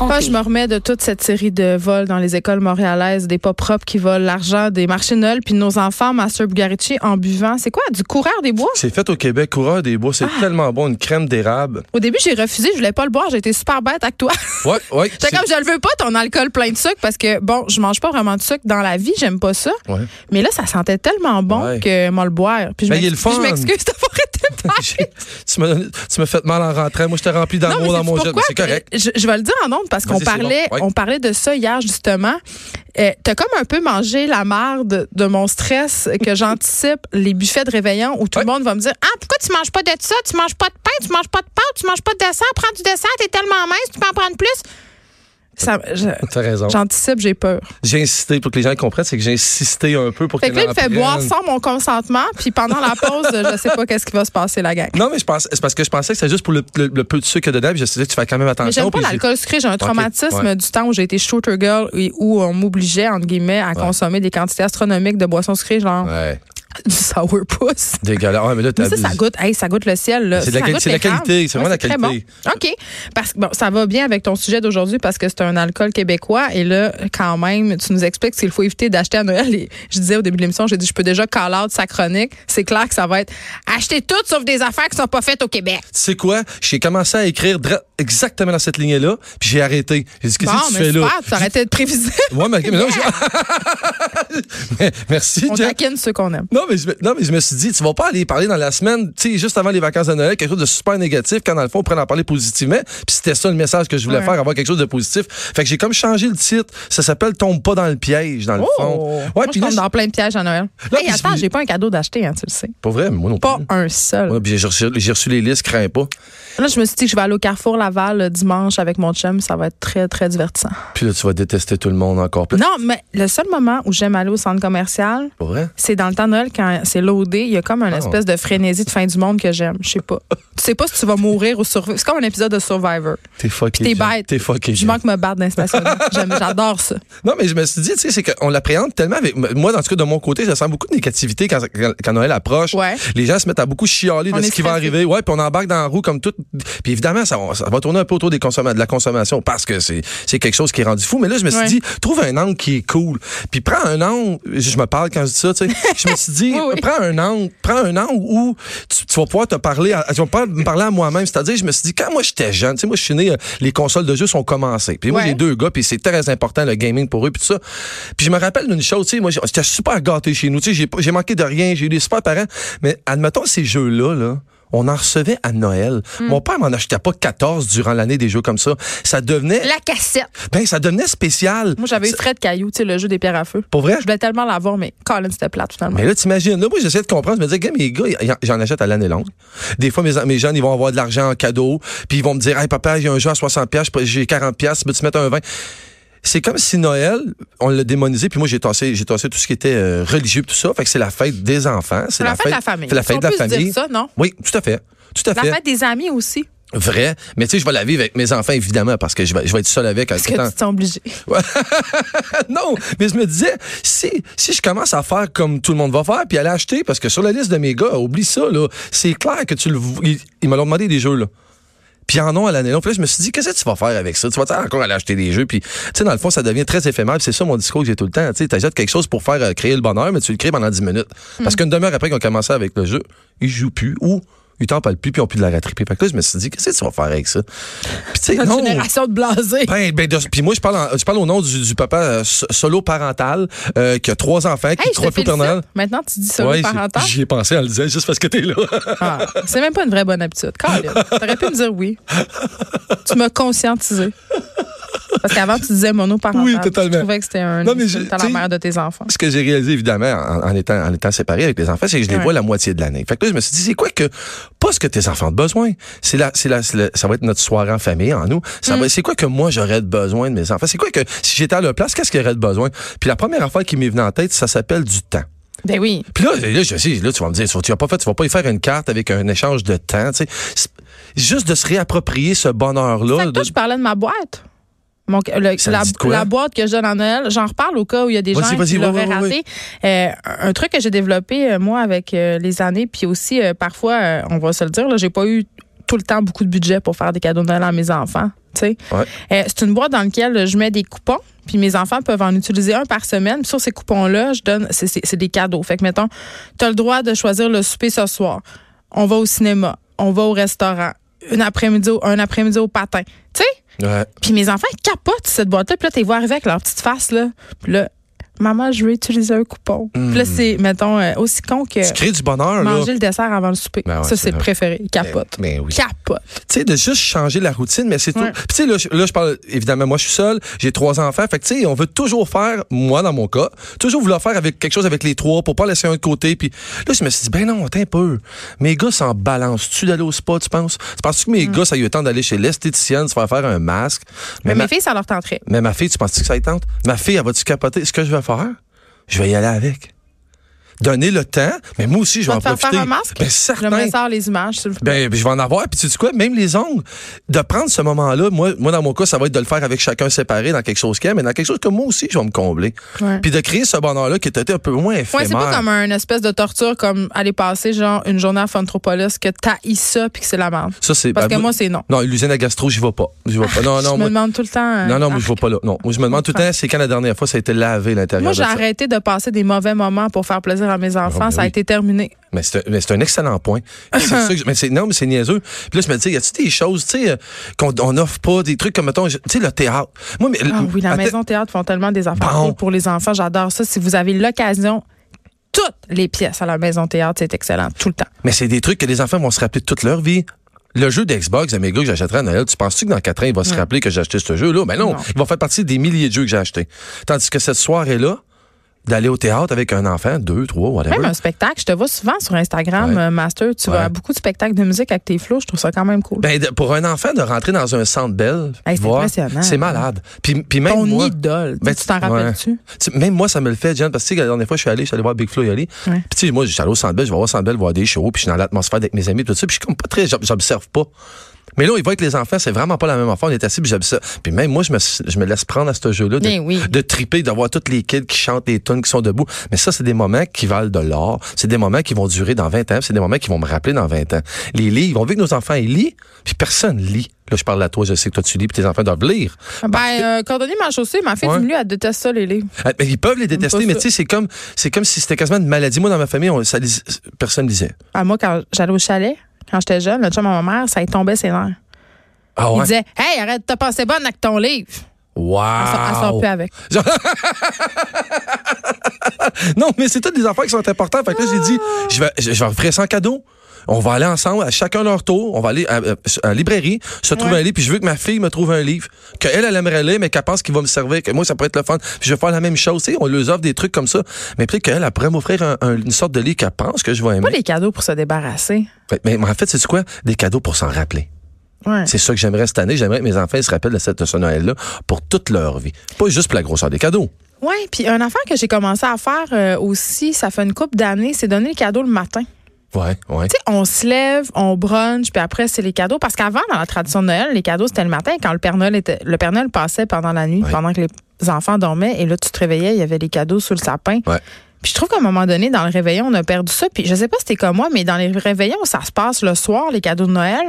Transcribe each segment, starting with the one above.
Moi, je me remets de toute cette série de vols dans les écoles montréalaises, des pas propres qui volent l'argent des marchés nuls, puis nos enfants, Master Bugarici, en buvant. C'est quoi? Du coureur des bois? C'est fait au Québec, coureur des bois. Ah. C'est tellement bon, une crème d'érable. Au début, j'ai refusé, je voulais pas le boire, j'étais super bête avec toi. Ouais, ouais. J'étais comme, je le veux pas, ton alcool plein de sucre, parce que, bon, je mange pas vraiment de sucre dans la vie, j'aime pas ça. Ouais. Mais là, ça sentait tellement bon Ouais. que moi le boire. Puis je Ben, il est m'ex- le fun. puis je m'excuse d'avoir été bête. J'ai- tu m'as donné- tu m'as fait mal en rentrant. Moi, j'étais rempli d'amour dans sais-tu mon jet. pourquoi? mais C'est correct. Je, je vais le dire en nombre parce qu'on Vas-y, c'est parlait, bon. Ouais. on parlait de ça hier justement. Euh, T'as comme un peu mangé la marde de mon stress que j'anticipe les buffets de réveillon où tout le Ouais. monde va me dire ah pourquoi tu manges pas de ça, tu manges pas de pain, tu manges pas de pâtes, tu manges pas de dessert, prends du dessert, t'es tellement mince, tu peux en prendre plus. Ça, je- T'as raison. J'anticipe, j'ai peur. J'ai insisté pour que les gens comprennent, c'est que j'ai insisté un peu pour Fait qu'ils que là, il me fait l'apprennent. boire sans mon consentement, puis pendant la pause, je sais pas qu'est-ce qui va se passer, la gang. Non, mais je pense, c'est parce que je pensais que c'était juste pour le, le- le peu de sucre dedans, puis je me suis dit, tu fais quand même Mais attention. j'aime pas puis j'ai- l'alcool sucré. J'ai un traumatisme ouais. du temps où j'ai été shooter girl et où on m'obligeait, entre guillemets, à consommer des quantités astronomiques de boissons sucrées, genre Ouais, du sourpuss. dégueulasse. Ouais, mais là, Mais ça, t'abuses. ça goûte, hey, ça goûte le ciel. là. C'est de la Ça quali- goûte c'est de la l'érable. qualité, c'est Ouais, vraiment de très la qualité. bon. OK. Parce que bon, ça va bien avec ton sujet d'aujourd'hui parce que c'est un alcool québécois. Et là, quand même, tu nous expliques qu'il faut éviter d'acheter à Noël. Et je disais au début de l'émission, j'ai dit, je peux déjà call out sa chronique. C'est clair que ça va être acheter tout sauf des affaires qui sont pas faites au Québec. Tu sais quoi? J'ai commencé à écrire dra- exactement dans cette lignée-là, puis j'ai arrêté. J'ai dit, qu'est-ce bon, que tu mais fais là? super, tu arrêtais de préviser. Ouais, mais, mais non, je- Mais- Merci, On Jack. taquine ceux qu'on aime. Non mais, je, me- non, mais je me suis dit, tu vas pas aller parler dans la semaine, tu sais, juste avant les vacances de Noël, quelque chose de super négatif, quand dans le fond, on pourrait en parler positivement. Puis c'était ça le message que je voulais Ouais. faire, avoir quelque chose de positif. Fait que j'ai comme changé le titre. Ça s'appelle Tombe pas dans le piège, dans le fond. Oh! Moi, je puis là, tombe je- dans plein de pièges à Noël. Là, hey, puis attends, je- j'ai pas un cadeau d'acheter, hein, tu le sais. Pas vrai, mais moi non plus. Pas un seul. Ouais, puis j'ai reçu, j'ai reçu les listes, crains pas. Là, je me suis dit que je vais aller au Carrefour Laval le dimanche avec mon chum. Ça va être très, très divertissant. Puis là, tu vas détester tout le monde encore plus. Non, mais le seul moment où j'aime aller au centre commercial, Pas vrai? c'est dans le temps de Noël quand c'est loadé. Il y a comme une Ah. espèce de frénésie de fin du monde que j'aime. Je sais pas. tu sais pas si tu vas mourir ou survivre. C'est comme un épisode de Survivor. T'es fucké. T'es Jack. bête. T'es fucké. Je Jack. manque me battre dans les stationnements. J'aime- J'adore ça. Non, mais je me suis dit, tu sais, c'est qu'on l'appréhende tellement avec. Moi, dans tout cas, de mon côté, je sens beaucoup de négativité quand, quand, quand Noël approche. Ouais. Les gens se mettent à beaucoup chialer On de est ce qui va stressé. arriver. Ouais, puis on embarque dans la roue comme tout. Puis évidemment, ça, va- ça va tourner un peu autour des consomma- de la consommation parce que c'est c'est quelque chose qui est rendu fou. Mais là, je me suis Ouais. dit, trouve un angle qui est cool. Puis prends un angle. Je me parle quand je dis ça, tu sais. Je me suis dit, Oui, oui. prends un angle, prends un angle où tu, tu vas pouvoir te parler, à, tu vas pouvoir me parler à moi-même. C'est-à-dire, je me suis dit, quand moi j'étais jeune, tu sais, moi je suis né, euh, les consoles de jeux sont commencées. Puis moi, Ouais. j'ai deux gars, puis c'est très important le gaming pour eux, puis tout ça. Puis je me rappelle d'une chose, tu sais, moi j'étais super gâté chez nous, tu sais, j'ai pas- j'ai manqué de rien, j'ai eu des super parents. Mais admettons ces jeux-là, là. On en recevait à Noël. Hmm. Mon père m'en achetait pas 14 durant l'année des jeux comme ça. Ça devenait, La cassette. ben, ça devenait spécial. Moi, j'avais eu C'est- Fred Caillou, tu sais, le jeu des pierres à feu. Pour vrai? Je voulais tellement l'avoir, mais Colin, c'était plate finalement. Mais là, t'imagines, là, moi, j'essaie de comprendre. Je me dis, gars, mes gars, y- y- j'en achète à l'année longue. Des fois, mes, mes jeunes, ils vont avoir de l'argent en cadeau, puis ils vont me dire, hey, papa, j'ai un jeu à 60$, piastres, j'ai 40$, piastres, peux-tu mettre un 20$? C'est comme si Noël, on l'a démonisé, puis moi j'ai tassé, j'ai tassé tout ce qui était euh, religieux, puis tout ça. Fait que c'est la fête des enfants, c'est C'est la, la fête de la famille. c'est la fête On de la peut se dire famille. ça, non? Oui, tout à fait, tout à La fait, fête des amis aussi. vrai. Mais tu sais, je vais la vivre avec mes enfants évidemment parce que je vais, je vais être seul avec. Parce que tu t'es obligé. non, mais je me disais, si, si je commence à faire comme tout le monde va faire, puis aller acheter, parce que sur la liste de mes gars, oublie ça, là, c'est clair que tu le. vou- Ils, ils me l'ont demandé des jeux, là. Puis ils en ont à l'année longue. Puis là, je me suis dit, qu'est-ce que tu vas faire avec ça? Tu vas encore aller acheter des jeux. Puis, tu sais, dans le fond, ça devient très éphémère. Puis c'est ça mon discours que j'ai tout le temps. Tu sais, t'achètes quelque chose pour faire euh, créer le bonheur, mais tu le crées pendant 10 minutes. Parce qu'une demi-heure après qu'on commençait avec le jeu, ils jouent plus ou ils t'en parlent plus puis ils ont plus de la rattraper. Fait que là, je me suis dit, qu'est-ce que tu vas faire avec ça? Puis, tu sais, Notre non. génération de blasés. Ben, ben, de- puis moi, je parle, en- je parle au nom du, du papa euh, so- solo parental euh, qui a trois enfants, qui Hey, je trois te filles félicite. Maintenant, tu dis ça Ouais, aux parents. j'ai- j'y ai pensé en le disant juste parce que t'es là. Ah, c'est même pas une vraie bonne habitude. Colin, t'aurais pu me dire oui. Tu m'as conscientisé. Parce qu'avant, tu disais monoparental. Oui, totalement. Je trouvais que c'était un. Non, mais je- t'as la t'sais- mère de tes enfants. Ce que j'ai réalisé, évidemment, en, en étant, en étant séparé avec les enfants, c'est que je les Ouais. vois la moitié de l'année. Fait que là, je me suis dit, c'est quoi que, pas ce que tes enfants ont besoin. C'est la, c'est la, c'est la- ça va être notre soirée en famille, en nous. Ça Mm. va, c'est quoi que moi, j'aurais de besoin de mes enfants? C'est quoi que, si j'étais à leur place, qu'est-ce qu'ils auraient de besoin? Puis la première affaire qui m'est venue en tête, ça s'appelle du temps. Ben oui. Puis là, là, je sais, là, tu vas me dire, tu vas- tu vas pas faire, tu vas pas y faire une carte avec un échange de temps, tu sais. C'est- Juste de se réapproprier ce Fait bonheur-là. que toi, de- je parlais de ma boîte. Mon- le- Ça la, dit de quoi? la boîte que je donne en Noël, j'en reparle au cas où il y a des gens Vas-y, vas-y, qui oui, l'auraient oui, raté. oui, Euh, un truc que j'ai développé, euh, moi, avec euh, les années, puis aussi, euh, parfois, euh, on va se le dire, là, j'ai pas eu tout le temps beaucoup de budget pour faire des cadeaux de Noël à mes enfants. tu sais. Ouais. Euh, c'est une boîte dans laquelle je mets des coupons, puis mes enfants peuvent en utiliser un par semaine. Puis sur ces coupons-là, je donne, c'est- c'est c'est des cadeaux. Fait que, mettons, tu as le droit de choisir le souper ce soir. On va au cinéma, on va au restaurant, une après-midi, au- un après-midi au patin. Tu sais? Ouais. Puis mes enfants ils capotent cette boîte-là. Puis là, t'es vois arriver avec leur petite face, là. Puis là, maman, je veux utiliser un coupon. Puis là, c'est, mettons, euh, aussi con que Tu crées du bonheur, manger Mm. là. le dessert avant le souper. Ben ouais, ça, c'est c'est le vrai. préféré. Ils capotent. Mais oui. Capote. tu sais, de juste changer la routine, mais c'est tout. Ouais. Puis tu sais, là, je- là, je parle, évidemment, moi, je suis seul, j'ai trois enfants. Fait que, tu sais, on veut toujours faire, moi, dans mon cas, toujours vouloir faire avec quelque chose avec les trois pour pas laisser un de côté. Puis là, je me suis dit, ben non, attends un peu. Mes gars s'en balancent. Tu d'aller au spa, tu penses? Tu penses que mes gars, ça y a eu le temps d'aller chez l'esthéticienne, se faire faire un masque? Mm. Mais, ma, mes filles, ça leur tenterait. mais ma fille, tu penses que ça y tente? Ma fille, elle va-tu capoter? Ce que je vais faire, je vais y aller avec. Donner le temps, mais moi aussi, je vais vas en te faire profiter. faire un masque? Ben, Je certain. me sors les images, s'il vous plaît. Ben, ben, je vais en avoir. Puis tu dis quoi? Même les ongles. De prendre ce moment-là, moi, moi, dans mon cas, ça va être de le faire avec chacun séparé dans quelque chose qu'il aime, mais dans quelque chose que moi aussi, je vais me combler. Ouais. Puis de créer ce bonheur-là qui était un peu moins Ouais, éphémère. c'est pas comme une espèce de torture comme aller passer genre une journée à Fontropolis que t'haïs ça puis que c'est la merde. Ça, c'est. Parce ben, que moi, c'est non. Non, l'usine à gastro, j'y vais pas. J'y vais pas. Non, je non, me moi. demande tout le temps. euh, Non, non, moi, ah. je vais pas là. Non. Moi, je me demande tout le temps, c'est quand la dernière fois ça a été lavé l'intérieur Moi, de j'ai ça. arrêté de passer des mauvais moments pour faire plaisir à mes enfants. ben ça a oui. été terminé. Mais c'est un, mais c'est un excellent point. Puis c'est ça que je- mais c'est- non, mais c'est niaiseux. Puis là, je me dis, y a-tu des choses, tu sais, euh, qu'on on offre pas, des trucs comme, mettons, je- tu sais, le théâtre. Moi, mais. Ah oui, la attends- maison théâtre font tellement des affaires Bon. cool pour les enfants. J'adore ça. Si vous avez l'occasion, toutes les pièces à la maison théâtre, c'est excellent. Tout le temps. Mais c'est des trucs que les enfants vont se rappeler toute leur vie. Le jeu d'Xbox, à mes gars que j'achèterai à Noël, tu penses-tu que dans 4 ans, il va se rappeler que j'ai acheté ce jeu-là? Ben non, Non. il va faire partie des milliers de jeux que j'ai achetés. Tandis que cette soirée-là, d'aller au théâtre avec un enfant, deux, trois, whatever. Même un spectacle. Je te vois souvent sur Instagram, Ben Ouais. euh, Master. Tu Ouais. vas à beaucoup de spectacles de musique avec tes flots. Je trouve ça quand même cool. Ben, de- pour un enfant, de rentrer dans un centre belle, Hey, c'est voir, impressionnant. c'est malade. Puis, puis même Ton moi, idole. Ben, tu t'en ouais. rappelles-tu? Tu sais, même moi, ça me le fait, Jen, parce que tu sais, la dernière fois, je suis allé, je suis allé voir Big Flo y aller. Puis, tu sais, moi, je suis allé au Centre Bell, je vais voir au Centre Bell voir des shows, puis je suis dans l'atmosphère avec mes amis, tout ça, puis je suis comme pas très, j'ob- j'observe pas. Mais là, il va avec les enfants, c'est vraiment pas la même affaire. On est assis, puis j'observe. Puis même moi, je me, je me laisse prendre à ce jeu-là de, Bien oui. de triper, d'avoir tous les kids qui chantent les tunes, qui sont debout. Mais ça, c'est des moments qui valent de l'or. C'est des moments qui vont durer dans 20 ans, puis c'est des moments qui vont me rappeler dans 20 ans. Les livres, on veut que nos enfants, ils lisent, puis personne lit. Là, je parle à toi, je sais que toi, tu lis, puis tes enfants doivent lire. Ben, euh, cordonnier m'a chaussée. Ma fille Ouais. du milieu, elle déteste ça, les livres. Ah, ben, ils peuvent les détester, pas mais ça. tu sais, c'est comme, c'est comme si c'était quasiment une maladie. Moi, dans ma famille, on, ça, lis- personne lisait. Ah, moi, quand j'allais au chalet, quand j'étais jeune, le chum à ma mère, ça y tombait ses nerfs. Ah Il disait Hey, arrête de te penser bonne avec ton livre. Wow. Elle sort- Elle sort plus avec. non, mais c'est toutes des affaires qui sont importantes. Fait que là, j'ai dit, je vais, je, je vais offrir 100 cadeaux. On va aller ensemble, à chacun leur tour. On va aller à, à- à la librairie, se trouver Ouais. un livre, puis je veux que ma fille me trouve un livre. Qu'elle, elle aimerait lire, mais qu'elle pense qu'il va me servir, que moi, ça pourrait être le fun. Puis je vais faire la même chose. Tu sais, on leur offre des trucs comme ça. Mais peut-être qu'elle, elle pourrait m'offrir un- un- une sorte de livre qu'elle pense que je vais Pas aimer. les cadeaux pour se débarrasser. Fait- Mais, mais en fait, c'est quoi? Des cadeaux pour s'en rappeler. Ouais. C'est ça que j'aimerais cette année. J'aimerais que mes enfants ils se rappellent de, cette, de ce Noël-là pour toute leur vie. Pas juste pour la grosseur des cadeaux. Oui, puis un affaire que j'ai commencé à faire euh, aussi, ça fait une couple d'années, c'est donner les cadeaux le matin. Ouais, ouais. Tu sais, on se lève, on brunch, puis après, c'est les cadeaux. Parce qu'avant, dans la tradition de Noël, les cadeaux, c'était le matin, quand le Père Noël, était, le Père Noël passait pendant la nuit, Ouais. pendant que les enfants dormaient, et là, tu te réveillais, il y avait les cadeaux sous le sapin. Ouais. Puis je trouve qu'à un moment donné, dans le réveillon, on a perdu ça. Puis je sais pas si t'es comme moi, mais dans les réveillons, ça se passe le soir, les cadeaux de Noël.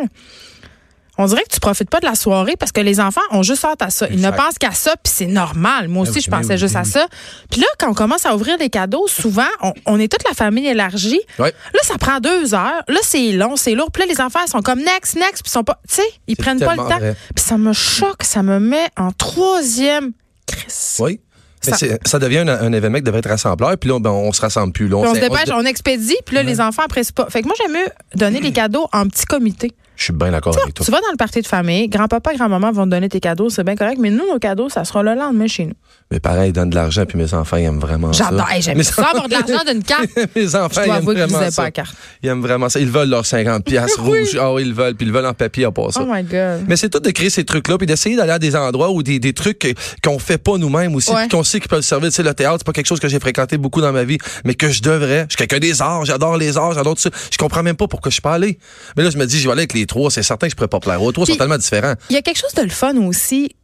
On dirait que tu profites pas de la soirée parce que les enfants ont juste hâte à ça. Ils ne Exact. pensent qu'à ça, puis c'est normal. Moi Ben aussi, oui, je ben pensais oui, juste ben à oui. ça. Puis là, quand on commence à ouvrir les cadeaux, souvent, on, on est toute la famille élargie. Ouais. Là, ça prend deux heures. Là, c'est long, c'est lourd. Puis là, les enfants ils sont comme next, next, puis ils sont pas. Tu sais, ils C'est prennent pas le tellement temps. vrai. Puis ça me choque, ça me met en troisième. Chris. Oui. Mais Ça- c'est- ça devient un, un événement qui devrait être rassembleur, puis là, ben, on se rassemble plus. Là, Puis on se s'est- dépêche, se- on expédie, puis là, les enfants après, c'est pas. Fait que moi, j'aime mieux donner les cadeaux en petit comité. Je suis bien d'accord avec toi. Tu vas dans le party de famille, grand-papa, grand-maman vont te donner tes cadeaux, c'est bien correct, mais nous, nos cadeaux, ça sera le lendemain chez nous. Mes parents, ils donnent de l'argent, puis mes enfants, ils aiment vraiment ça. J'adore, hey, j'aime Mes ça avoir de l'argent d'une carte. Mes enfants, Je ils dois avouer aiment que je vraiment lisais ça. pas la carte. Ils aiment vraiment ça. Ils veulent leurs 50 piastres Oui. rouges. Ah oui, ils veulent. Puis ils le veulent en papier à part ça. Oh my God. Mais c'est tout de créer ces trucs-là, puis d'essayer d'aller à des endroits ou des, des trucs que- qu'on fait pas nous-mêmes aussi, Ouais. puis qu'on sait qu'ils peuvent servir. Tu sais, le théâtre, c'est pas quelque chose que j'ai fréquenté beaucoup dans ma vie, mais que je devrais. Je suis quelqu'un des arts, j'adore les arts, j'adore tout ça. Je comprends même pas pourquoi je suis pas allé. Mais là, je me dis, je vais aller avec les trois, c'est certain que je pourrais pas plaire. aux trois Puis- sont tellement différents. Il y a quelque chose de le fun aussi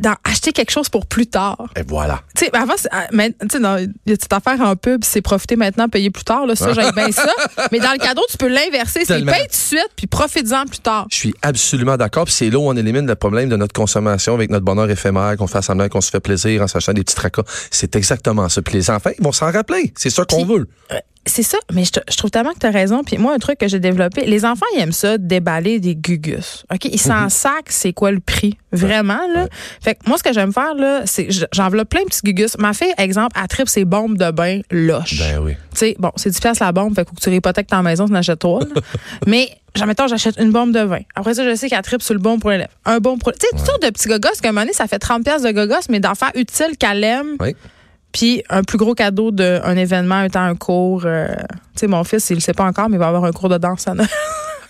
dans acheter quelque chose pour plus tard. Et voilà. Tu sais, avant, c'est- ah, mais, tu sais, dans- il y a cette affaire en pub, c'est profiter maintenant, payer plus tard. Là, ça, j'aime bien ça. Mais dans le cadeau, tu peux l'inverser. C'est Tellement. paye tout de suite, puis profite-en plus tard. Je suis absolument d'accord. Puis c'est là où on élimine le problème de notre consommation avec notre bonheur éphémère, qu'on fait semblant qu'on se fait plaisir en s'achetant des petits tracas. C'est exactement ça. Puis les enfants, ils vont s'en rappeler. C'est ça qu'on Puis- veut. C'est ça, mais je, te- je trouve tellement que tu as raison. Puis moi, un truc que j'ai développé, les enfants, ils aiment ça, déballer des gugus. OK? Ils s'en sacent, c'est quoi le prix? Vraiment, là. Fait que moi, ce que j'aime faire, là, c'est j- j'enveloppe plein de petits gugus. Ma fille, exemple, elle tripe ses bombes de bain loches. Ben oui. Tu sais, bon, c'est 10 piastres la bombe, fait que faut que tu réhypothèques ta maison, tu en achètes trois. là. Mais, genre, mettons, j'achète une bombe de vin. Après ça, je sais qu'elle tripe sur le bon pour l'élève. Un bon pour. Tu sais, toutes sortes de petits gogos, qu'à un moment donné, ça fait 30 piastres de gogos, mais d'enfants utiles qu'elle aime. Oui. Puis un plus gros cadeau d'un événement, un temps, un cours. euh, tu sais, mon fils, il le sait pas encore, mais il va avoir un cours de danse. à Noël.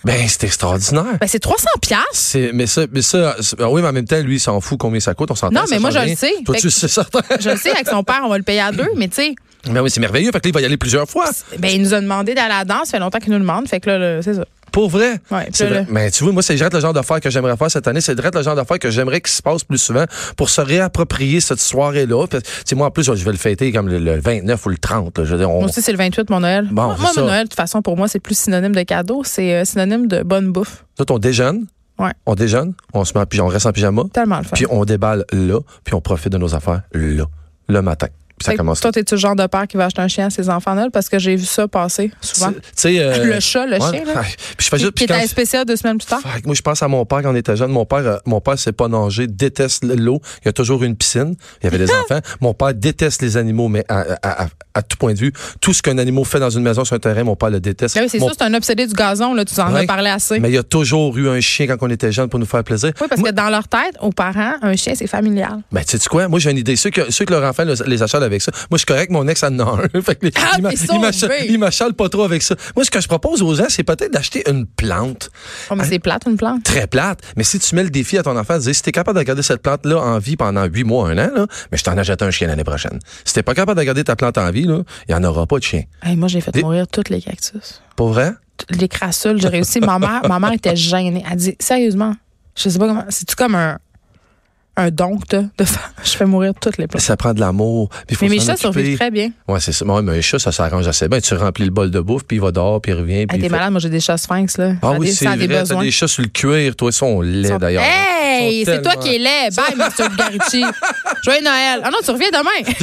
Ben, c'est extraordinaire. ben, c'est 300 piastres. C'est, mais ça, mais ça, c'est- ah oui, mais en même temps, lui, il s'en fout combien ça coûte, on s'entend. Non, mais ça moi, je change le rien. sais. Toi, Fait tu que- sais, certain. Je le sais, avec son père, on va le payer à deux, mais tu sais, Ben oui, c'est merveilleux. Fait que là, il va y aller plusieurs fois. ben, il nous a demandé d'aller à la danse. Ça fait longtemps qu'il nous le demande. Fait que là, là, c'est ça. Pour vrai. Ouais, C'est puis là, vrai. Mais tu vois, moi, c'est direct le genre d'affaires que j'aimerais faire cette année. C'est direct le genre d'affaires que j'aimerais qu'il se passe plus souvent pour se réapproprier cette soirée-là. Puis, Tu sais, moi, en plus, je vais le fêter comme le, le 29 ou le 30. là. Je veux dire, on- Moi aussi, c'est le 28, mon Noël. Bon, moi, c'est moi, ça. mon Noël, de toute façon, pour moi, c'est plus synonyme de cadeau. C'est euh, synonyme de bonne bouffe. Nous autres, on déjeune. Ouais. On déjeune. On se met, en pyjama- on reste en pyjama. Tellement le fun. Puis on déballe là. Puis on profite de nos affaires là. Le matin. Puis ça Fait que commence Toi, t'es-tu le genre de père qui va acheter un chien à ses enfants, Noël? Parce que j'ai vu ça passer souvent. Tu tu sais. euh, Le chat, le ouais. chien, là. Puis je fais Qui, juste. qui puis était quand- un spécial deux semaines plus tard. Fait que moi, je pense à mon père quand on était jeune. Mon père, euh, mon père sait pas nager, déteste l'eau. Il y a toujours une piscine. Il y avait des enfants. Mon père déteste les animaux, mais à, à- à- à tout point de vue, tout ce qu'un animal fait dans une maison sur un terrain, mon père le déteste. Ah oui, c'est Mon- sûr, c'est un obsédé du gazon, là. Tu en Ouais. as parlé assez. Mais il y a toujours eu un chien quand on était jeune pour nous faire plaisir. Oui, parce que dans leur tête, aux parents, un chien, c'est familial. Ben, tu sais quoi? Moi, j'ai une idée. Ceux que, ceux que leur enfant les, les achale avec ça. Moi, je suis correct, mon ex en a un. fait que les- Ah, il m'a- t'es sauvé. il m'achale- il m'achale pas trop avec ça. Moi, ce que je propose aux gens, c'est peut-être d'acheter une plante. Oh, Hein? mais c'est plate, une plante. très plate, mais si tu mets le défi à ton enfant de dire si t'es capable de garder cette plante-là en vie pendant huit mois, un an, là, mais je t'en achète un chien l'année prochaine. Si t'es pas capable de garder ta plante en vie, là, il y en aura pas de chien. Hey, moi, j'ai fait Des- mourir tous les cactus. Pas vrai? Toutes Les crassules, j'ai réussi. Ma mère, ma mère était gênée. Elle dit, sérieusement, je sais pas comment. C'est-tu comme un, un don que t'as de faire? Je fais mourir toutes les plantes. Ça prend de l'amour. puis il faut Mais mes s'en chats occuper. survivent très bien. Ouais, c'est ça. Ouais, mais un chat, ça s'arrange assez bien. Tu remplis le bol de bouffe, puis il va dehors, puis il revient. Hey, Ah, Puis il t'es fait- malade, moi, j'ai des chats sphinx, là. Ça Ah a oui, des- c'est ça a des vrai. T'as besoins. des chats sur le cuir. Toi, ils sont laids, Sont- d'ailleurs. Hey, Ils sont c'est toi tellement- qui es laid. Bye, Monsieur Bugarici. Joyeux Noël. Ah non, tu reviens demain.